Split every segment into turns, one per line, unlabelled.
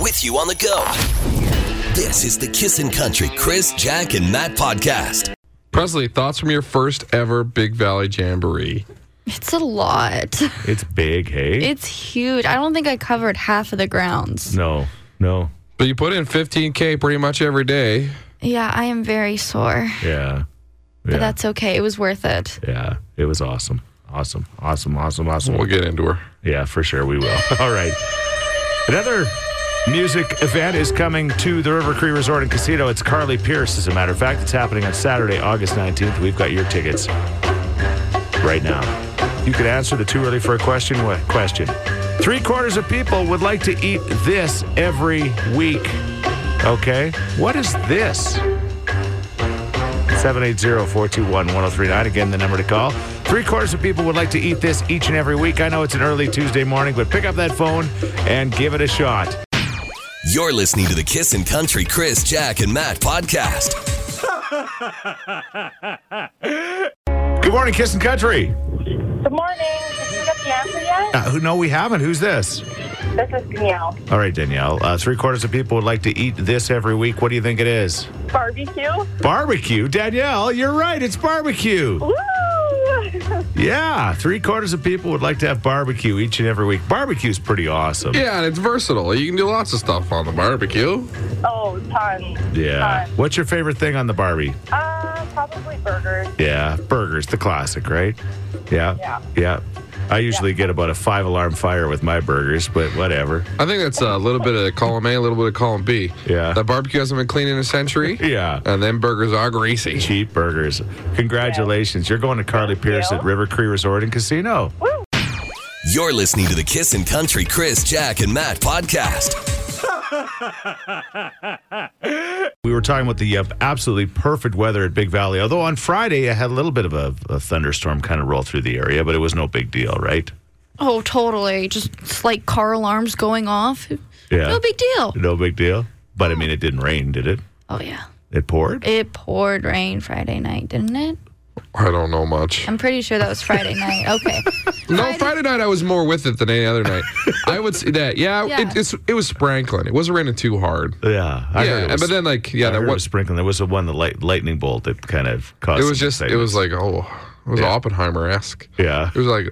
with you on the go. This is the Kissin' Country Chris, Jack, and Matt podcast.
Presley, thoughts from your first ever Big Valley Jamboree?
It's a lot.
It's big, hey?
It's huge. I don't think I covered half of the grounds.
no, no.
But you put in 15K pretty much every day.
Yeah, I am very sore,
Yeah.
but
Yeah.
that's okay. It was worth it.
Yeah. It was awesome. Awesome. Awesome. Awesome. Awesome.
We'll get into her.
Yeah, for sure we will. All right. Another music event is coming to the River Cree Resort and Casino. It's Carly Pierce, as a matter of fact. It's happening on Saturday, August 19th. We've got your tickets right now. You can answer the too early for a question what question. Three quarters of people would like to eat this every week. Okay? What is this? 780-421-1039. Again, the number to call. Three quarters of people would like to eat this each and every week. I know it's an early Tuesday morning, but pick up that phone and give it a shot.
You're listening to the Kissin' Country Chris, Jack, and Matt podcast.
Good morning, Kissing Country.
Good morning. Did you get the answer yet?
Uh, who, no, we haven't. Who's this?
This is Danielle.
All right, Danielle. Uh, three quarters of people would like to eat this every week. What do you think it is?
Barbecue.
Barbecue. Danielle, you're right. It's barbecue.
Woo!
Yeah, three quarters of people would like to have barbecue each and every week. Barbecue's pretty awesome.
Yeah, and it's versatile. You can do lots of stuff on the barbecue.
oh, tons.
Yeah.
Tons.
What's your favorite thing on the Barbie?
Uh, probably burgers.
Yeah, burgers, the classic, right? Yeah.
Yeah.
Yeah. I usually get about a five alarm fire with my burgers, but whatever.
I think that's a little bit of column A, a little bit of column B.
Yeah.
That barbecue hasn't been clean in a century.
Yeah.
And then burgers are greasy.
Cheap burgers. Congratulations. You're going to Carly Pierce
you.
at River Cree Resort and Casino.
You're listening to the Kissin' Country Chris, Jack, and Matt podcast.
We were talking about the uh, absolutely perfect weather at Big Valley, although on Friday I had a little bit of a, a thunderstorm kind of roll through the area, but it was no big deal, right?
Oh, totally. Just it's like car alarms going off.
Yeah.
No big deal.
No big deal. But I mean, it didn't rain, did it?
Oh, yeah.
It poured?
It poured rain Friday night, didn't it?
I don't know much.
I'm pretty sure that was Friday night. Okay.
No, Friday night I was more with it than any other night. I would say that. Yeah,
Yeah.
It, it's, it was sprinkling. It wasn't raining too hard.
Yeah. I
yeah,
heard it was
but then like yeah,
Yeah, there
that
was
was
sprinkling. There was the one, the light, lightning bolt that kind of caused.
it was
some
just it was
excitement.
like oh it was Oppenheimer esque.
yeah,
It was like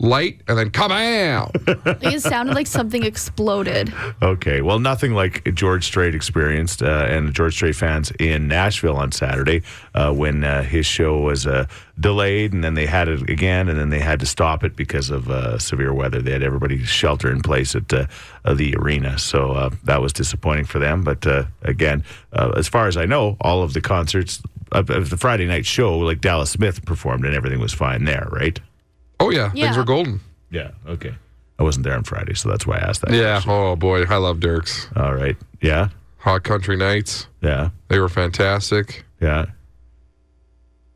light and then come out.
it sounded like something exploded.
okay. Well, nothing like George Strait experienced, uh, and George Strait fans in Nashville on Saturday uh, when uh, his show was uh, delayed, and then they had it again, and then they had to stop it because of uh, severe weather. They had everybody shelter in place at uh, uh, the arena, so uh, that was disappointing for them. But uh, again, uh, as far as I know, all of the concerts. Of of the Friday night show, like Dallas Smith performed, and everything was fine there, right?
Oh yeah,
Yeah.
things were golden.
Yeah. Okay. I wasn't there on Friday, so that's why I asked that.
Yeah. Oh boy, I love Dirks.
All right. Yeah.
Hot country nights.
Yeah.
They were fantastic.
Yeah.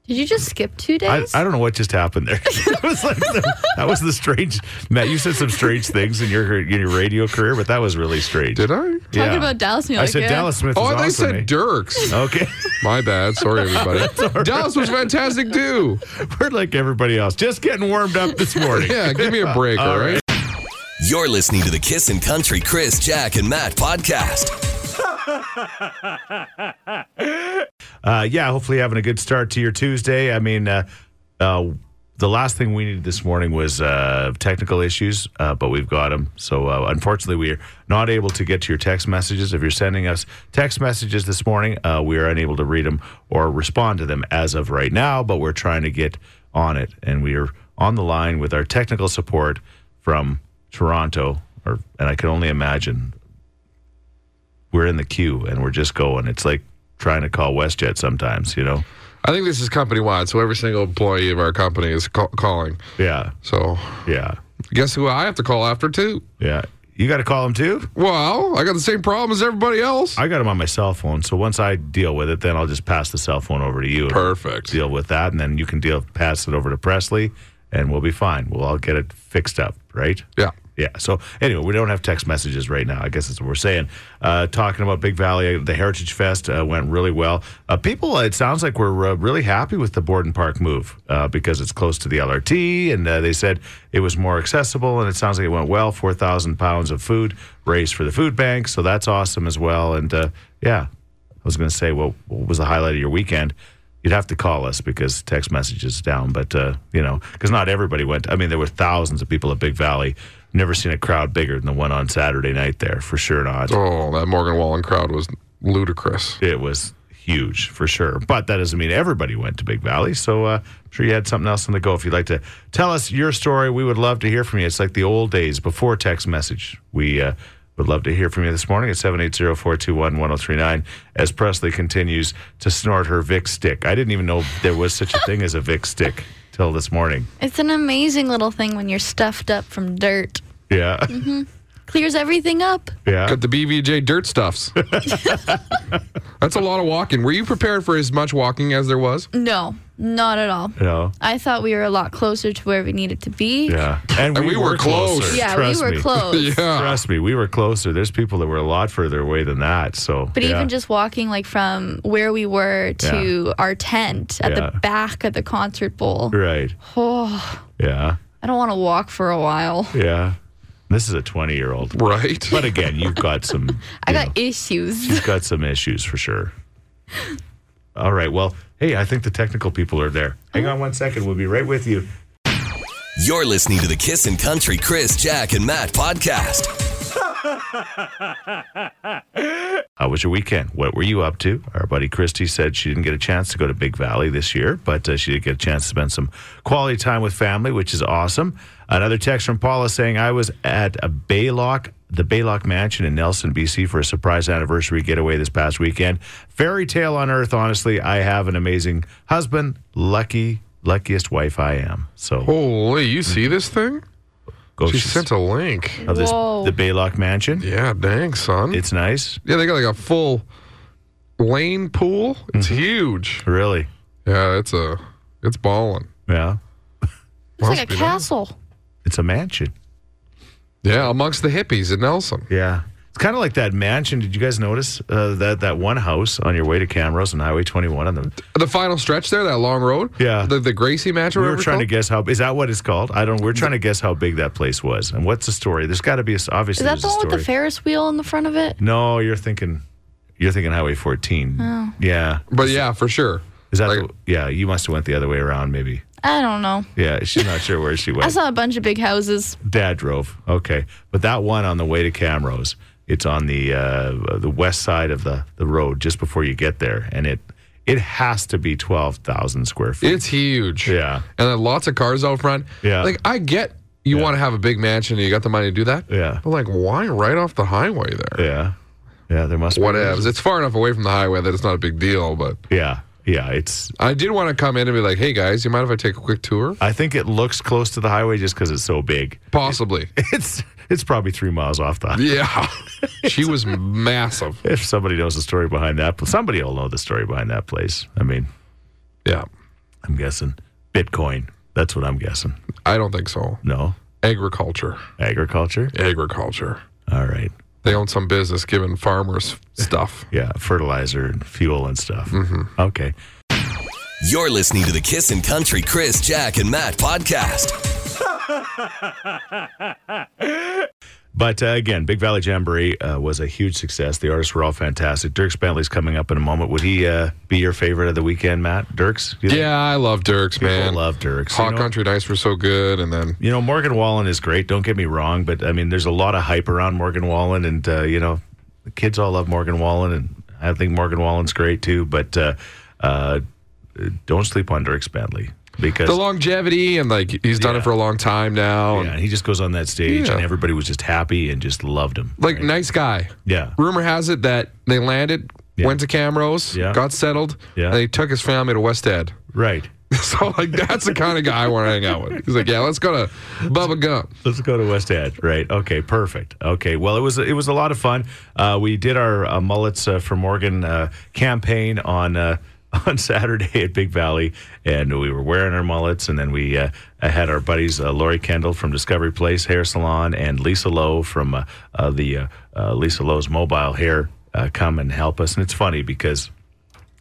Did you just skip two
I,
days?
I don't know what just happened there. it was like the, that was the strange Matt. You said some strange things in your in your radio career, but that was really strange.
Did I?
Talking
yeah.
about Dallas, and you're
I
like,
said
yeah.
Dallas Smith.
Oh,
was
I thought you
awesome,
said
eh?
Dirks.
Okay,
My bad. Sorry, everybody. Dallas was fantastic too.
we're like everybody else, just getting warmed up this morning.
Yeah, give me a break, all right?
You're listening to the Kissin' Country Chris, Jack, and Matt podcast.
uh, yeah, hopefully having a good start to your Tuesday. I mean, uh, uh, the last thing we needed this morning was uh, technical issues, uh, but we've got them. So uh, unfortunately, we are not able to get to your text messages. If you're sending us text messages this morning, uh, we are unable to read them or respond to them as of right now. But we're trying to get on it, and we are on the line with our technical support from Toronto. Or, and I can only imagine we're in the queue and we're just going. It's like trying to call WestJet sometimes, you know?
I think this is company wide, so every single employee of our company is ca- calling.
Yeah,
So
yeah,
guess who I have to call after too?
yeah. You got to call them too?
Well, I got the same problem as everybody else.
I got them on my cell phone. So once I deal with it, then I'll just pass the cell phone over to you. and
Perfect.
Deal with that, and then you can deal pass it over to Presley, and we'll be fine. We'll all get it fixed up, right?
Yeah.
Yeah. So anyway, we don't have text messages right now. I guess that's what we're saying. Uh, talking about Big Valley, the Heritage Fest uh, went really well. Uh, people, it sounds like we're uh, really happy with the Borden Park move uh, because it's close to the LRT, and uh, they said it was more accessible, and it sounds like it went well. Four thousand pounds of food raised for the food bank, so that's awesome as well. And uh, yeah, I was going to say, well, what was the highlight of your weekend? You'd have to call us because text messages is down, but uh, you know, because not everybody went. I mean, there were thousands of people at Big Valley. Never seen a crowd bigger than the one on Saturday night there, for sure not.
Oh, that Morgan Wallen crowd was ludicrous.
It was huge for sure, but that doesn't mean everybody went to Big Valley. So uh, I'm sure you had something else on the go. If you'd like to tell us your story, we would love to hear from you. It's like the old days before text message. We uh, would love to hear from you this morning at 780-421-1039 as Presley continues to snort her Vic stick. I didn't even know there was such a thing as a Vic stick till this morning.
It's an amazing little thing when you're stuffed up from dirt.
Yeah,
Mm-hmm. Clears everything up.
yeah.
Got the BVJ dirt stuffs. That's a lot of walking. Were you prepared for as much walking as there was?
No, not at all.
You know,
I thought we were a lot closer to where we needed to be.
yeah. And
we were close.
closer,
Yeah,
trust
we were
me.
close.
Yeah.
Trust me, we were closer. There's people that were a lot further away than that. So,
But
yeah.
even just walking like from where we were to our tent at
Yeah.
the back of the concert bowl.
right,
Oh,
yeah,
I don't want to walk for a while.
yeah. This is a 20 year old,
Right.
but again, you've got some,
I got issues.
you've got some issues for sure. All right, well, hey, I think the technical people are there. Hang on one second, we'll be right with you.
You're listening to the Kissin' Country Chris, Jack, and Matt podcast.
How was your weekend? What were you up to? Our buddy Christy said she didn't get a chance to go to Big Valley this year, but uh, she did get a chance to spend some quality time with family, which is awesome. Another text from Paula saying, I was at a Baylock, the Baylock Mansion in Nelson, BC for a surprise anniversary getaway this past weekend. Fairy tale on earth, honestly. I have an amazing husband, lucky, luckiest wife I am. So
Holy, you see this thing?
go
Oh, She
she's-
sent a link.
of this,
Whoa.
the Baylock Mansion.
Yeah, dang, son.
It's nice.
yeah, they got like a full lane pool. It's
Mm-hmm.
huge.
Really.
Yeah, it's a it's balling.
Yeah.
It's like
Must
a
be nice.
castle.
It's a mansion.
Yeah, amongst the hippies at Nelson.
Yeah. It's kind of like that mansion. Did you guys notice uh, that that one house on your way to Camrose on Highway 21? On the,
The final stretch there, that long road.
Yeah.
The, the Gracie match. or
we were
whatever
trying to
it's
guess how is that what it's called? I don't. We're trying to guess how big that place was and what's the story. There's got to be a, s- obviously.
Is that
there's
the
a
one with
story.
the Ferris wheel in the front of it?
No, you're thinking, you're thinking Highway 14.
Oh.
Yeah.
called. But yeah, for sure.
Is that?
Like-
the, yeah. You must have went the other way around, maybe.
I don't know.
Yeah. She's not sure where she
I
went.
saw a bunch of big houses.
Dad drove. Okay, but that one on the way to Camrose, it's on the uh, the west side of the the road just before you get there, and it it has to be twelve thousand square feet.
It's huge.
yeah,
And then lots of cars out front.
Yeah.
Like I get you want to have a big mansion and you got the money to do that.
Yeah.
But like why right off the highway there?
yeah, yeah. There must be
Whatevs. It's far enough away from the highway that it's not a big deal, but
Yeah, yeah. It's
I did want to come in and be like, hey guys, you mind if I take a quick tour?
I think it looks close to the highway just because it's so big.
Possibly.
It's it's probably three miles off the.
yeah. she was massive.
If somebody knows the story behind that, pl- somebody will know the story behind that place. I mean,
Yeah.
I'm guessing Bitcoin. That's what I'm guessing.
I don't think so.
No,
Agriculture.
agriculture.
Agriculture.
All right.
They own some business giving farmers stuff.
Yeah, fertilizer and fuel and stuff. Mm-hmm. Okay.
You're listening to the Kissin' Country Chris, Jack, and Matt podcast.
But uh, again, Big Valley Jamboree uh, was a huge success. The artists were all fantastic. Dirks Bentley's coming up in a moment. Would he uh, be your favorite of the weekend, Matt? Dirks? Do you think?
Yeah, I love Dirks, man.
People love Dirks.
Hot
you, know,
Country Nights were so good, and then
you know, Morgan Wallen is great. Don't get me wrong, but I mean, there's a lot of hype around Morgan Wallen, and uh, you know, the kids all love Morgan Wallen, and I think Morgan Wallen's great too. But uh, uh, don't sleep on Dirks Bentley because
the longevity, and like he's done
Yeah.
it for a long time now. and,
yeah, he just goes on that stage,
Yeah.
and everybody was just happy and just loved him.
like
right?
nice guy.
Yeah.
Rumor has it that they landed,
Yeah.
went to Camrose,
Yeah.
got settled,
Yeah.
and they took his family to West Ed.
Right.
so like that's the kind of guy I want to hang out with. He's like, yeah, let's go to Bubba Gump.
Let's go to West Ed. Right. Okay. Perfect. Okay. Well, it was it was a lot of fun. Uh, we did our uh, mullets uh, for Morgan uh, campaign on uh, on Saturday at Big Valley, and we were wearing our mullets. And then we uh, had our buddies uh, Lori Kendall from Discovery Place Hair Salon and Lisa Lowe from uh, uh, the uh, uh, Lisa Lowe's Mobile Hair uh, come and help us. And it's funny because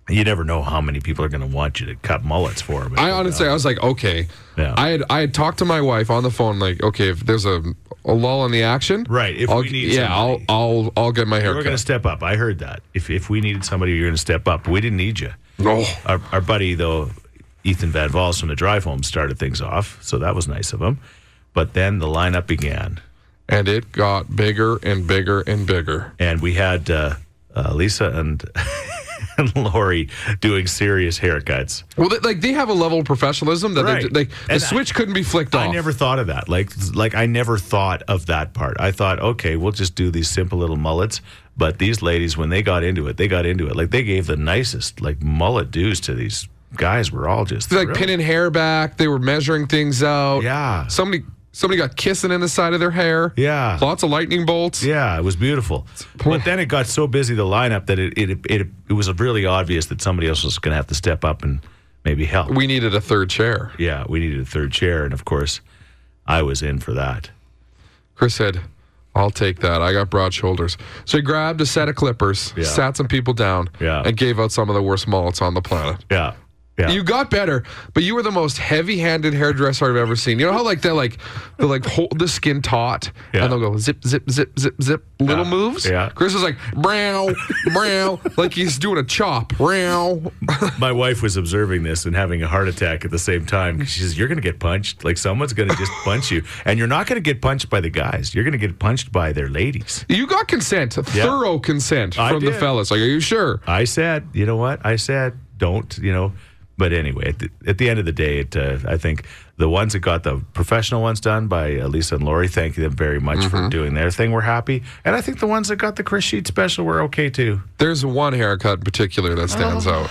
you never know how many people are going to want you to cut mullets for them.
I honestly, I was like, okay.
Yeah.
I had I had talked to my wife on the phone, like, okay, if there's a, a lull in the action,
Right, if
I'll,
we need
yeah, I'll
somebody.
I'll I'll get my
you
hair
were
cut.
going to step up. I heard that. If if we needed somebody, you're going to step up. We didn't need you.
No.
Our, our buddy, though, Ethan Van Vals from the drive home started things off, so that was nice of him. But then the lineup began,
and it got bigger and bigger and bigger.
and we had uh, uh, Lisa and, and Lori doing serious haircuts.
Well, they, like they have a level of professionalism that
Right.
they, like the
And I-
switch couldn't be flicked off.
I never thought of that. Like, like I never thought of that part. I thought, okay, we'll just do these simple little mullets. But these ladies, when they got into it, they got into it. Like they gave the nicest like mullet dues to these guys. We're all just
They're, like
thrilled.
pinning hair back. They were measuring things out.
Yeah.
Somebody somebody got kissing in the side of their hair.
Yeah.
Lots of lightning bolts.
Yeah, it was beautiful. But then it got so busy the lineup that it it it, it was really obvious that somebody else was going to have to step up and maybe help.
We needed a third chair.
yeah, we needed a third chair, and of course, I was in for that.
Chris said, I'll take that. I got broad shoulders. So he grabbed a set of clippers,
Yeah.
sat some people down,
Yeah.
and gave out some of the worst mullets on the planet.
Yeah, yeah.
You got better, but you were the most heavy-handed hairdresser I've ever seen. You know how like they like they like hold the skin taut
Yeah.
and they'll go zip zip zip zip zip little
Yeah.
moves.
Yeah.
Chris is like brow brow like he's doing a chop brow.
My wife was observing this and having a heart attack at the same time. 'cause She says, "You're going to get punched. Like someone's going to just punch you, and you're not going to get punched by the guys. You're going to get punched by their ladies."
You got consent, thorough consent
I
from the
did.
fellas. Like, are you sure?
I said, you know what? I said, don't, you know. But anyway, at the, at the end of the day, it, uh, I think the ones that got the professional ones done by uh, Lisa and Lori, thank them very much for doing their thing. We're happy. And I think the ones that got the Chris Sheet special were okay too.
There's one haircut in particular that stands out.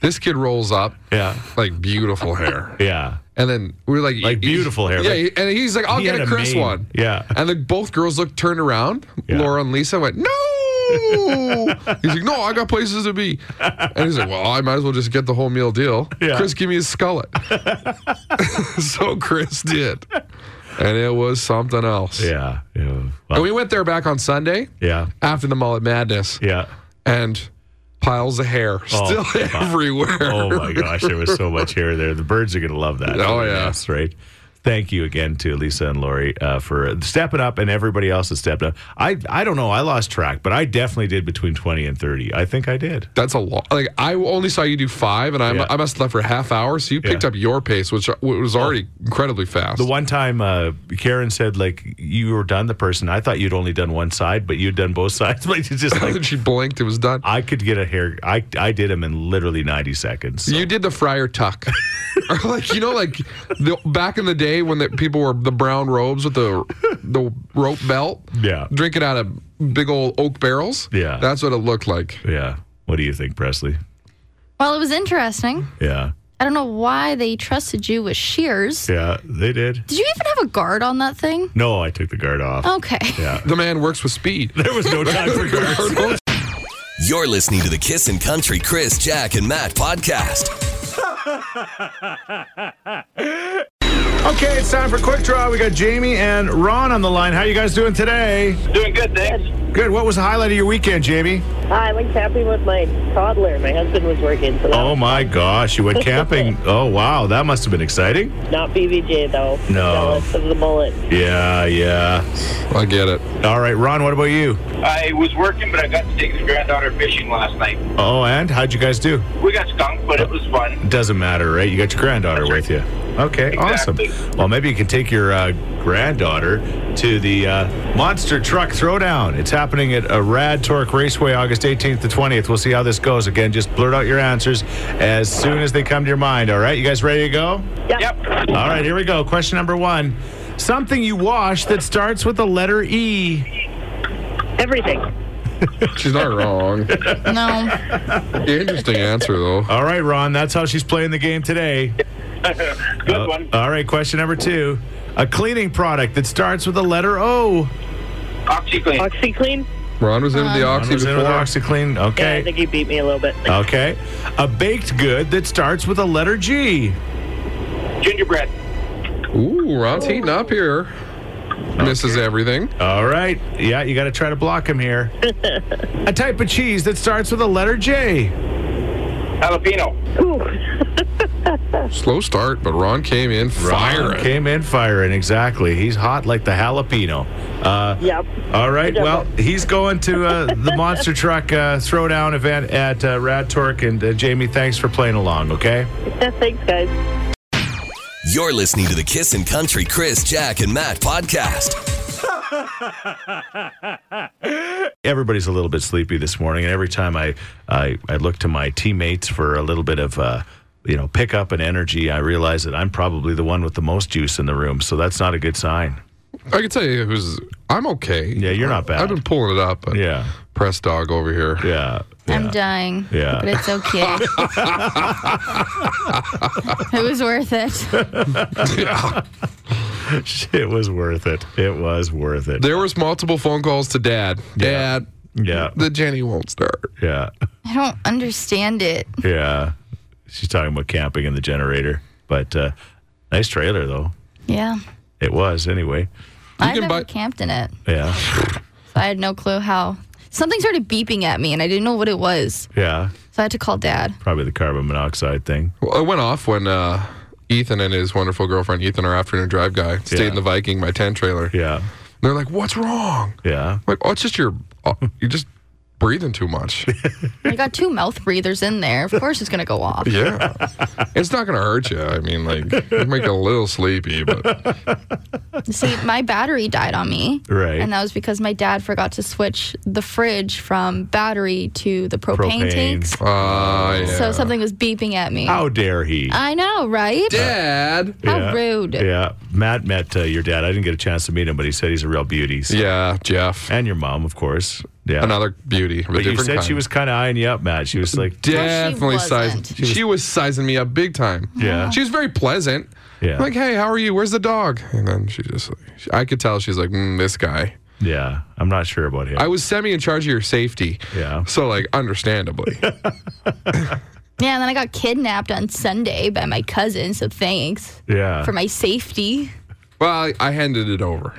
this kid rolls up,
Yeah.
like beautiful hair.
Yeah.
And then we were like,
Like beautiful hair,
Yeah,
like-
and he's like, I'll
He
get
had
a
a
Chris
mane.
one.
Yeah.
And then both girls looked turned around.
Yeah.
Laura and Lisa went, No. he's like, No, I got places to be. And he's like, Well, I might as well just get the whole meal deal.
Yeah.
Chris, give me his skullet. so Chris did. And it was something else.
Yeah. Yeah.
And
Well,
we went there back on Sunday
yeah.
after the mullet madness
Yeah.
and piles of hair still everywhere.
Oh my gosh, there was so much hair there. The birds are going to love that.
Oh, yeah.
That's right. Thank you again to Lisa and Lori uh, for stepping up, and everybody else has stepped up. I I don't know. I lost track, but I definitely did between twenty and thirty. I think I did.
That's a lot. Like I only saw you do five, and I,
Yeah.
I must have left for a half hour. So you picked
Yeah.
up your pace, which was already incredibly fast.
The one time uh, Karen said like you were done the person. I thought you'd only done one side, but you'd done both sides. Like it's just like
she blinked. It was done.
I could get a hair. I I did them in literally ninety seconds. so-
You did the Friar Tuck, Or like you know, like the, back in the day when the people were the brown robes with the the rope belt.
Yeah.
drinking out of big old oak barrels.
Yeah.
that's what it looked like.
yeah. What do you think, Presley?
Well, it was interesting.
Yeah.
I don't know why they trusted you with shears.
Yeah. They did.
Did you even have a guard on that thing?
No, I took the guard off.
Oh.
Okay.
Yeah.
The man works with speed.
There was no time for guards.
You're listening to the Kissin' Country Chris, Jack, and Matt podcast.
Okay, it's time for quick draw. We got Jamie and Ron on the line. How you guys doing today?
Doing good, thanks.
Good. What was the highlight of your weekend, Jamie?
I went camping with my toddler. My husband was working, so that
Oh my gosh, you went camping. Oh wow, that must have been exciting.
not BBJ though.
No.
Jealous of the bullet.
Yeah, yeah.
I get it.
All right, Ron, what about you?
I was working, but I got to take his granddaughter fishing last night.
Oh, and how'd you guys do?
We got skunked, but it was fun.
Doesn't matter, right? You got your granddaughter
That's
with you. Okay,
Exactly.
awesome. Well, maybe you can take your uh, granddaughter to the uh, Monster Truck Throwdown. It's happening at a Rad Torque Raceway August 18th to 20th. We'll see how this goes. Again, just blurt out your answers as soon as they come to your mind. All right, you guys ready to go?
Yep.
All right, here we go. Question number one Something you wash that starts with the letter E.
Everything.
She's not wrong.
No.
Interesting answer though.
All right, Ron, that's how she's playing the game today.
Good
Uh,
one.
all right, question number two. A cleaning product that starts with the letter O.
OxyClean.
OxyClean.
Ron was in with the
One
oxy
was in
before.
with OxyClean.
Yeah,
Okay.
I think you beat me a little bit.
okay. A baked good that starts with a letter G.
Gingerbread.
Ooh, Ron's heating up here. Misses everything.
All right. Yeah, you got to try to block him here. a type of cheese that starts with a letter J.
Jalapeno.
Slow start, but Ron came in
Ron
firing.
Came in firing, exactly. He's hot like the jalapeno. Uh,
Yep.
All right.
job,
Well, he's going to uh, the Monster Truck uh, Throwdown event at uh, Rad Torque. And uh, Jamie, thanks for playing along, okay?
Thanks, guys.
You're listening to the Kissin' Country Chris, Jack, and Matt podcast.
Everybody's a little bit sleepy this morning. And every time I, I, I look to my teammates for a little bit of. Uh, you know, pick up an energy. I realize that I'm probably the one with the most juice in the room, so that's not a good sign.
I can tell you it was. I'm okay.
Yeah, you're not bad.
I've been pulling it up. But
Yeah,
Press dog over here.
yeah,
I'm dying.
Yeah.
But it's okay. it was worth it.
it was worth it. It was worth it.
There was multiple phone calls to dad. Dad,
Yeah,
the Jenny won't start.
yeah.
I don't understand it.
Yeah. She's talking about camping in the generator. But uh, nice trailer, though.
Yeah.
It was, anyway.
I've
can
never
buy-
camped in it.
Yeah.
So I had no clue how. Something started beeping at me and I didn't know what it was.
Yeah.
So I had to call dad.
Probably the carbon monoxide thing.
Well, it went off when uh, Ethan and his wonderful girlfriend Ethan, our afternoon drive guy, stayed
Yeah.
in the Viking, my tent trailer.
Yeah.
They're like, "What's wrong?"
Yeah.
I'm like, "Oh, it's just your, oh, you're just breathing too much."
I got two mouth breathers in there. Of course it's going to go off.
yeah, it's not gonna hurt you. I mean, like, it make you a little sleepy, but
See, my battery died on me.
Right.
And that was because my dad forgot to switch the fridge from battery to the propane,
Propane.
tanks.
uh, yeah.
So something was beeping at me.
How dare he?
I know, right?
Dad.
How
Yeah.
rude.
Yeah. Matt met uh, your dad. I didn't get a chance to meet him, but he said he's a real beauty. So-
Yeah, Jeff.
And your mom, of course. Yeah.
Another beauty.
but you said she was kind of eyeing you up, Matt. She was like,
definitely
wasn't.
sized. She was, sizing me up big time.
Yeah.
she was very pleasant.
Yeah.
like, hey, how are you? Where's the dog? And then she just, I could tell she's like, mm, this guy.
yeah, I'm not sure about him.
I was semi in charge of your safety.
Yeah.
So like, understandably,
Yeah, and then I got kidnapped on Sunday by my cousin, so thanks
yeah.
for my safety.
well, I, I handed it over.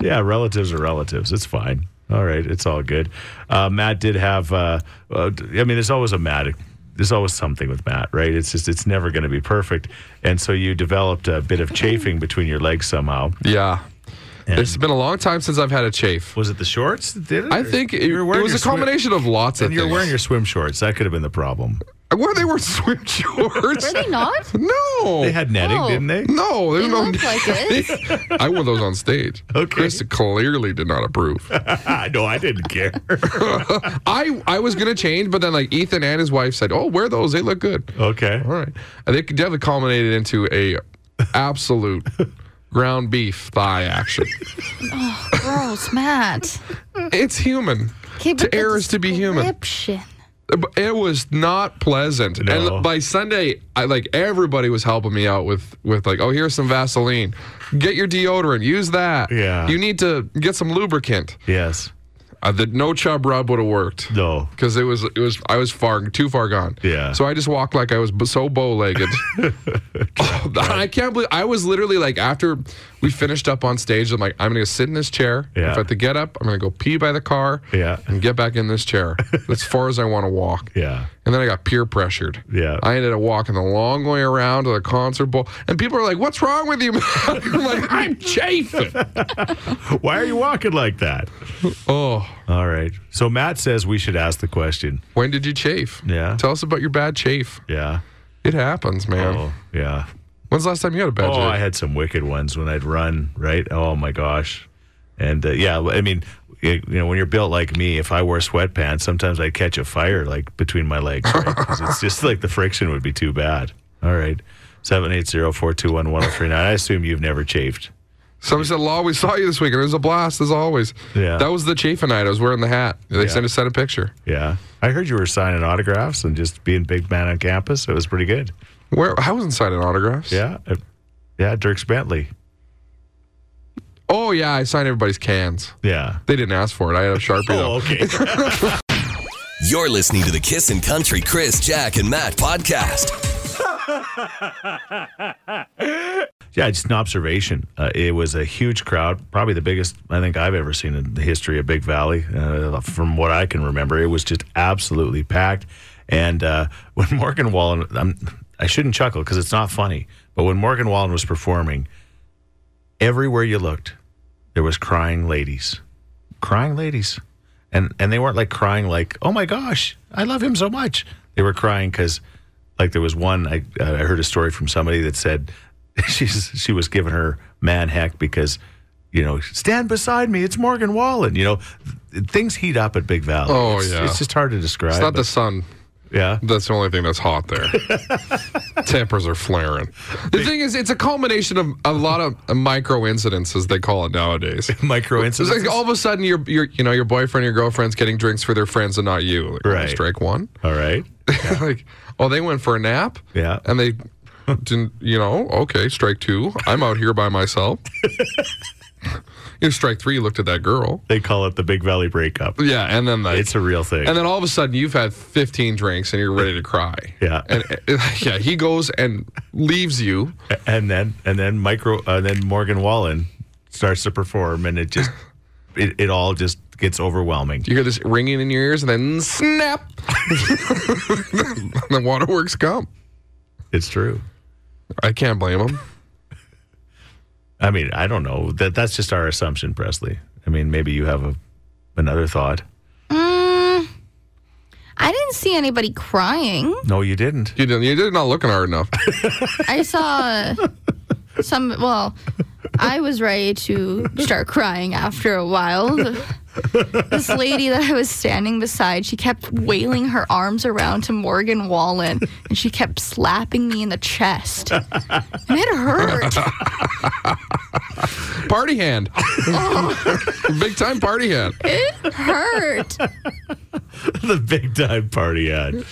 Yeah, relatives are relatives. It's fine. All right, it's all good. Uh, Matt did have. Uh, uh, d- I mean, there's always a Matt. There's always something with Matt, right? It's just it's never going to be perfect, and so you developed a bit of chafing between your legs somehow.
Yeah.
And-
It's been a long time since I've had a chafe.
Was it the shorts that did it?
I
or-
think it,
were
it
wearing
was
your
a combination of lots
Swim,
of
and you're
things.
wearing your swim shorts. That could have been the problem.
Well, they were swim
Were
shorts.
they not?
no.
They had netting,
Oh.
didn't they?
no,
They
there's no.
look like it.
I wore those on stage.
Okay.
Chris clearly did not approve.
Ah, no, I didn't care.
I I was gonna change, but then like Ethan and his wife said, "Oh, wear those. They look good."
okay.
All right, and they definitely culminated into a absolute ground beef thigh action.
Gross, Matt.
It's human.
Okay, but
To err
that's
is to be human.
description.
But It was not pleasant.
No.
And by Sunday, I like everybody was helping me out with with like, "Oh, here's some Vaseline. Get your deodorant. Use that.
Yeah.
You need to get some lubricant."
Yes.
Uh, the no chub rub would have worked.
No.
because it was it was I was far too far gone.
Yeah.
So I just walked like I was b- so bow legged. I can't believe I was literally like after we finished up on stage, I'm like I'm gonna sit in this chair.
Yeah.
If I have to get up, I'm gonna go pee by the car.
Yeah.
And get back in this chair as far as I want to walk.
Yeah.
And then I got peer pressured.
Yeah.
I ended up walking the long way around to the concert bowl, and people are like, "What's wrong with you?" man?" I'm like, "I'm chafing."
Why are you walking like that?
Oh,
All right. So Matt says we should ask the question.
when did you chafe?
Yeah.
Tell us about your bad chafe.
Yeah.
It happens, man.
Oh, yeah.
When's the last time you had a bad
Oh,
chafe?
I had some wicked ones when I'd run, right? Oh my gosh. And uh, yeah, I mean, you you know, when you're built like me, if I wore sweatpants, sometimes I'd catch a fire like between my legs. Right? 'Cause it's just like the friction would be too bad. All right. 780-421-1039. I assume you've never chafed.
Somebody said, "Law, we saw you this weekend. It was a blast as always."
Yeah.
That was the chafing night. I was wearing the hat. They
Yeah.
sent us sent a picture.
Yeah. I heard you were signing autographs and just being big man on campus. It was pretty good.
Where I wasn't signing autographs.
Yeah. Uh, Yeah, Dirks Bentley.
Oh yeah, I signed everybody's cans.
Yeah.
They didn't ask for it. I had a sharpie
Oh,
though.
okay.
You're listening to the Kissin' Country Chris, Jack, and Matt podcast.
yeah, just an observation. Uh, it was a huge crowd, probably the biggest I think I've ever seen in the history of Big Valley. Uh, from what I can remember, it was just absolutely packed. And uh, when Morgan Wallen, I'm, I shouldn't chuckle because it's not funny, but when Morgan Wallen was performing, everywhere you looked, there was crying ladies, crying ladies, and and they weren't like crying like, oh my gosh, I love him so much. They were crying because, like, there was one I uh, I heard a story from somebody that said she's she was giving her man heck because, you know, stand beside me, it's Morgan Wallen. You know, Th- things heat up at Big Valley.
Oh,
It's-
yeah.
it's just hard to describe.
It's not
but-
the sun.
yeah.
That's the only thing that's hot there. Tempers are flaring. The thing is, it's a culmination of a lot of micro incidents, as they call it nowadays.
Micro
It's
incidents.
like all of a sudden your your you know your boyfriend or your girlfriend's getting drinks for their friends and not you. Like, oh,
Right.
Strike one.
all right.
like oh they went for a nap.
Yeah.
And they didn't you know okay strike two. I'm out here by myself. you know, strike three. You looked at that girl.
They call it the Big Valley breakup.
Yeah, and then like
It's a real thing.
and then all of a sudden you've had 15 drinks and you're ready to cry.
Yeah.
And yeah, he goes and leaves you.
and then and then micro uh, then Morgan Wallen starts to perform, and it just it, it all just gets overwhelming.
You hear this ringing in your ears and then snap. the waterworks come.
It's true.
I can't blame him.
I mean, I don't know that that's just our assumption, Presley. I mean, maybe you have a another thought.
Mm, I didn't see anybody crying.
No, you didn't.
You didn't you did not looking hard enough.
I saw some. Well, I was ready to start crying after a while. This lady that I was standing beside, she kept wailing her arms around to Morgan Wallen, and she kept slapping me in the chest. And it hurt.
Party hand. Big time party hand.
It hurt.
the big time party ad.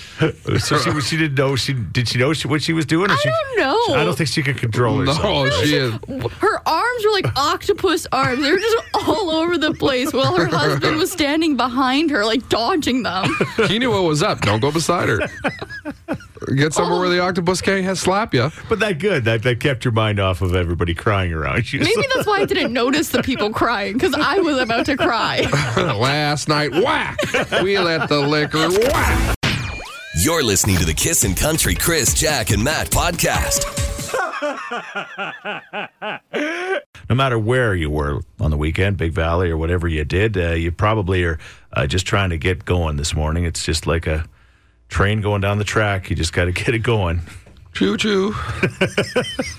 so she was- she didn't know she did she know she, what she was doing. Or
I
she,
don't know.
I don't think she could control herself.
No, she is.
her arms were like octopus arms. They were just all over the place while her husband was standing behind her, like dodging them.
He knew what was up. Don't go beside her. Get somewhere where the octopus can't ha- slap you.
But that good that that kept your mind off of everybody crying around you.
Maybe that's why I didn't notice the people crying because I was about to cry.
Last night, whack. We let the liquor whack.
You're listening to the Kissin' Country Chris, Jack, and Matt podcast.
no matter where you were on the weekend, Big Valley or whatever you did, uh, you probably are uh, just trying to get going this morning. It's just like a train going down the track. You just got to get it going.
Choo choo.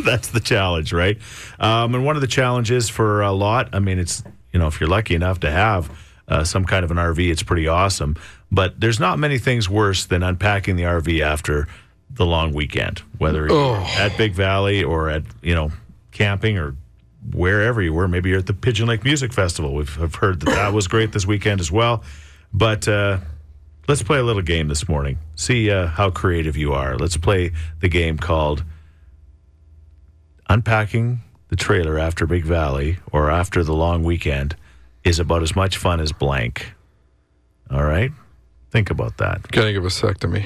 That's the challenge, right? Um, and one of the challenges for a lot, I mean, it's, you know, if you're lucky enough to have uh, some kind of an RV, it's pretty awesome. But there's not many things worse than unpacking the RV after the long weekend, whether you're
Oh.
at Big Valley or at, you know, camping or wherever you were. Maybe you're at the Pigeon Lake Music Festival. We've have heard that that was great this weekend as well. But, uh, Let's play a little game this morning. See uh, how creative you are. Let's play the game called unpacking the trailer after Big Valley or after the long weekend is about as much fun as blank. All right? Think about that.
Getting a vasectomy,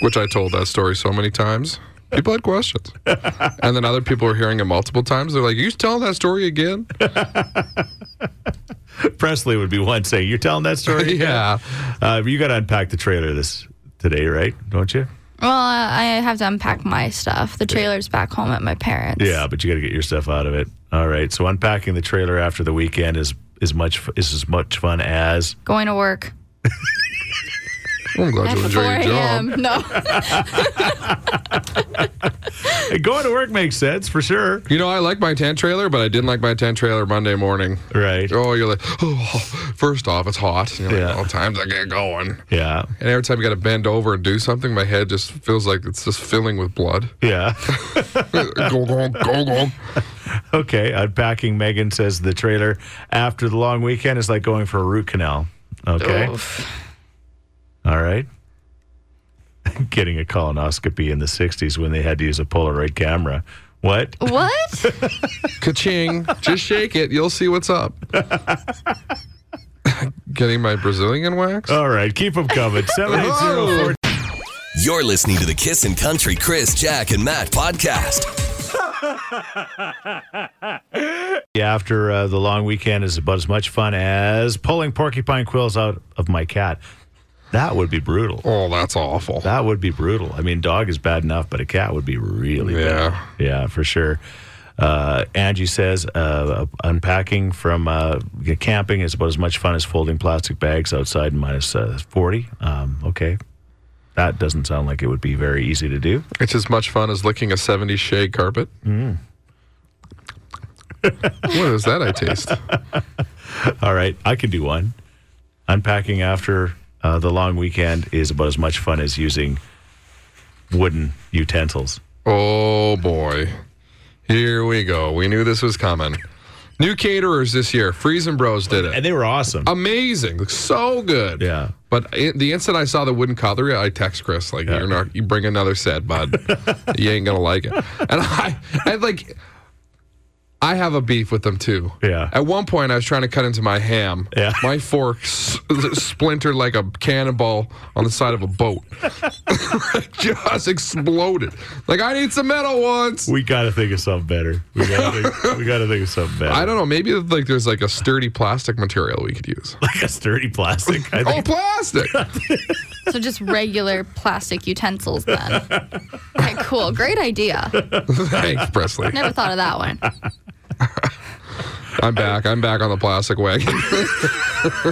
which I told that story so many times. People had questions. And then other people were hearing it multiple times. They're like, you telling that story again?
Presley would be one saying, You're telling that story?
yeah.
Uh, you got to unpack the trailer this today, right? Don't you?
Well, uh, I have to unpack my stuff. The trailer's back home at my parents.
Yeah, but you got to get your stuff out of it. All right. So unpacking the trailer after the weekend is is much is as much fun as
Going to work
I'm glad
at
you
4
enjoy your
a.m.
job.
No.
going to work makes sense for sure.
You know, I like my tent trailer, but I didn't like my tent trailer Monday morning.
Right.
Oh, you're like, oh, first off, it's hot. And you're like,
Yeah.
oh, times I get going.
Yeah.
And every time you got to bend over and do something, my head just feels like it's just filling with blood.
Yeah.
go, go, go, go.
Okay, unpacking. Megan says the trailer after the long weekend is like going for a root canal. Okay, all right. Getting a colonoscopy in the '60s when they had to use a Polaroid camera What?
What?
Ka-ching. Just shake it. You'll see what's up. Getting my Brazilian wax? Oh.
All right, keep them coming. 780
You're listening to the Kissin' Country Chris, Jack, and Matt podcast.
After uh, the long weekend is about as much fun as pulling porcupine quills out of my cat. That would be brutal.
Oh, that's awful.
That would be brutal. I mean, dog is bad enough, but a cat would be really bad.
Yeah.
Yeah, for sure. Uh, Angie says uh, unpacking from uh, camping is about as much fun as folding plastic bags outside in minus, uh, 40. Um, okay. That doesn't sound like it would be very easy to do.
It's as much fun as licking a 70s shade carpet.
Mm.
what is that I taste?
All right, I can do one. Unpacking after uh, the long weekend is about as much fun as using wooden utensils.
Oh boy. Here we go. We knew this was coming. New caterers this year. Freeze and Bros did it.
And they were awesome.
Um, Amazing. Looks so good.
Yeah.
But i the instant I saw the wooden cutlery, I text Chris like, "You're not. You bring another set, bud. you ain't gonna like it." And I, I like, I have a beef with them too.
Yeah.
At one point, I was trying to cut into my ham.
Yeah.
My fork s- splintered like a cannonball on the side of a boat. Just exploded. Like I need some metal once.
We got to think of something better. We got to think, we gotta think of something better.
I don't know. Maybe like there's like a sturdy plastic material we could use.
like a sturdy plastic. I
Oh,
think.
plastic.
so just regular plastic utensils then. Okay, cool. Great idea.
Thanks, Presley.
Never thought of that one.
I'm back. I'm back on the plastic wagon.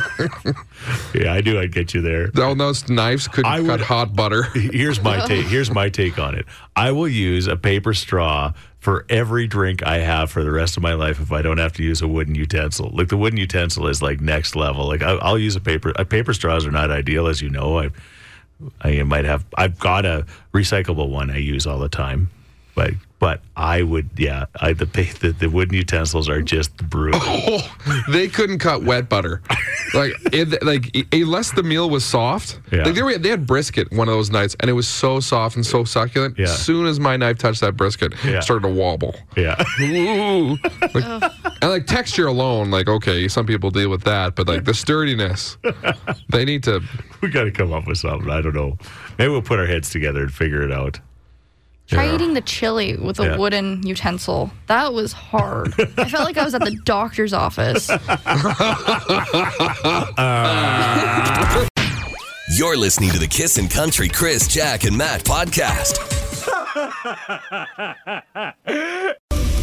Yeah, I knew I'd get you there.
Oh, those knives could
I
cut
would-
hot butter.
Here's my take. Here's my take on it. I will use a paper straw for every drink I have for the rest of my life if I don't have to use a wooden utensil. Like the wooden utensil is like next level. Like I, I'll use a paper. Uh, paper straws are not ideal, as you know. I, I might have. I've got a recyclable one I use all the time, but but I would yeah. I the pa- the, the wooden utensils are just brutal.
Oh, they couldn't cut wet butter. Like, it, like i- unless the meal was soft.
Yeah.
Like they, were, they had brisket one of those nights, and it was so soft and so succulent.
Yeah.
As soon as my knife touched that brisket,
Yeah.
it started to wobble.
Yeah.
Ooh. Like, and like texture alone, like okay, some people deal with that, but like the sturdiness, they need to.
we got to come up with something. I don't know. Maybe we'll put our heads together and figure it out.
Try
Yeah.
eating the chili with a
Yeah.
wooden utensil. That was hard. I felt like I was at the doctor's office.
You're listening to the Kissin' Country Chris, Jack, and Matt podcast.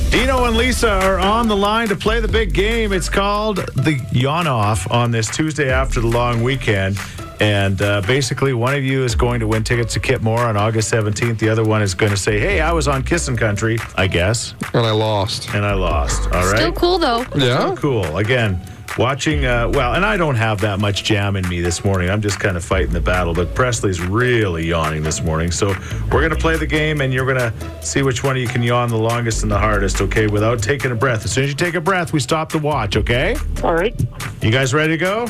Dino and Lisa are on the line to play the big game. It's called the Yawn Off on this Tuesday after the long weekend. And uh, basically, one of you is going to win tickets to Kitmore on August 17th. The other one is going to say, Hey, I was on Kissin' Country, I guess,
And I lost.
and I lost. All right.
Still cool though.
Oh.
Yeah.
Cool. Again, watching, uh, well, and I don't have that much jam in me this morning. I'm just kind of fighting the battle, but Presley's really yawning this morning. So we're going to play the game and you're going to see which one of you can yawn the longest and the hardest, okay, without taking a breath. As soon as you take a breath, we stop the watch, okay?
All right.
You guys ready to go?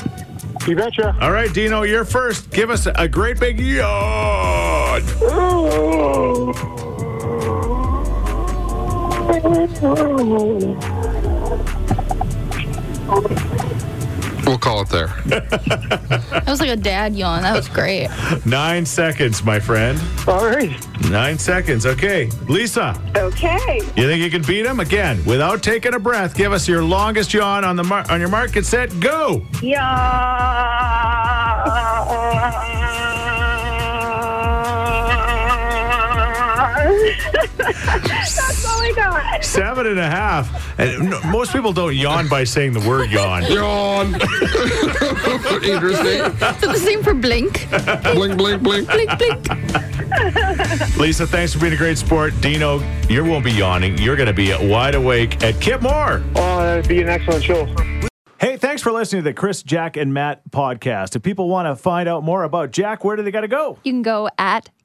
You betcha.
All right, Dino, you're first. Give us a great big yawn.
We'll call it there.
That was like a dad yawn. That was great.
Nine seconds, my friend.
All right.
Nine seconds. Okay, Lisa.
Okay.
You think you can beat him again without taking a breath? Give us your longest yawn on the mar- on your mark. Get set. Go.
Yeah. That's all I got.
Seven and a half. And no, most people don't yawn by saying the word yawn.
Yawn. Interesting.
So the same for blink.
Blink, blink, blink.
Blink, blink.
Lisa, thanks for being a great sport. Dino, you won't be yawning. You're going to be wide awake at Kip Moore.
Oh, that'd be an excellent show.
Hey, thanks for listening to the Chris, Jack, and Matt podcast. If people want to find out more about Jack, where do they got to go?
You can go at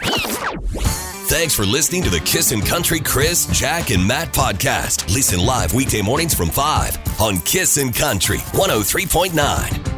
Thanks for listening to the Kissin' Country Chris, Jack, and Matt oh podcast. Listen live weekday mornings from 5 on Kissin' Country 103.9.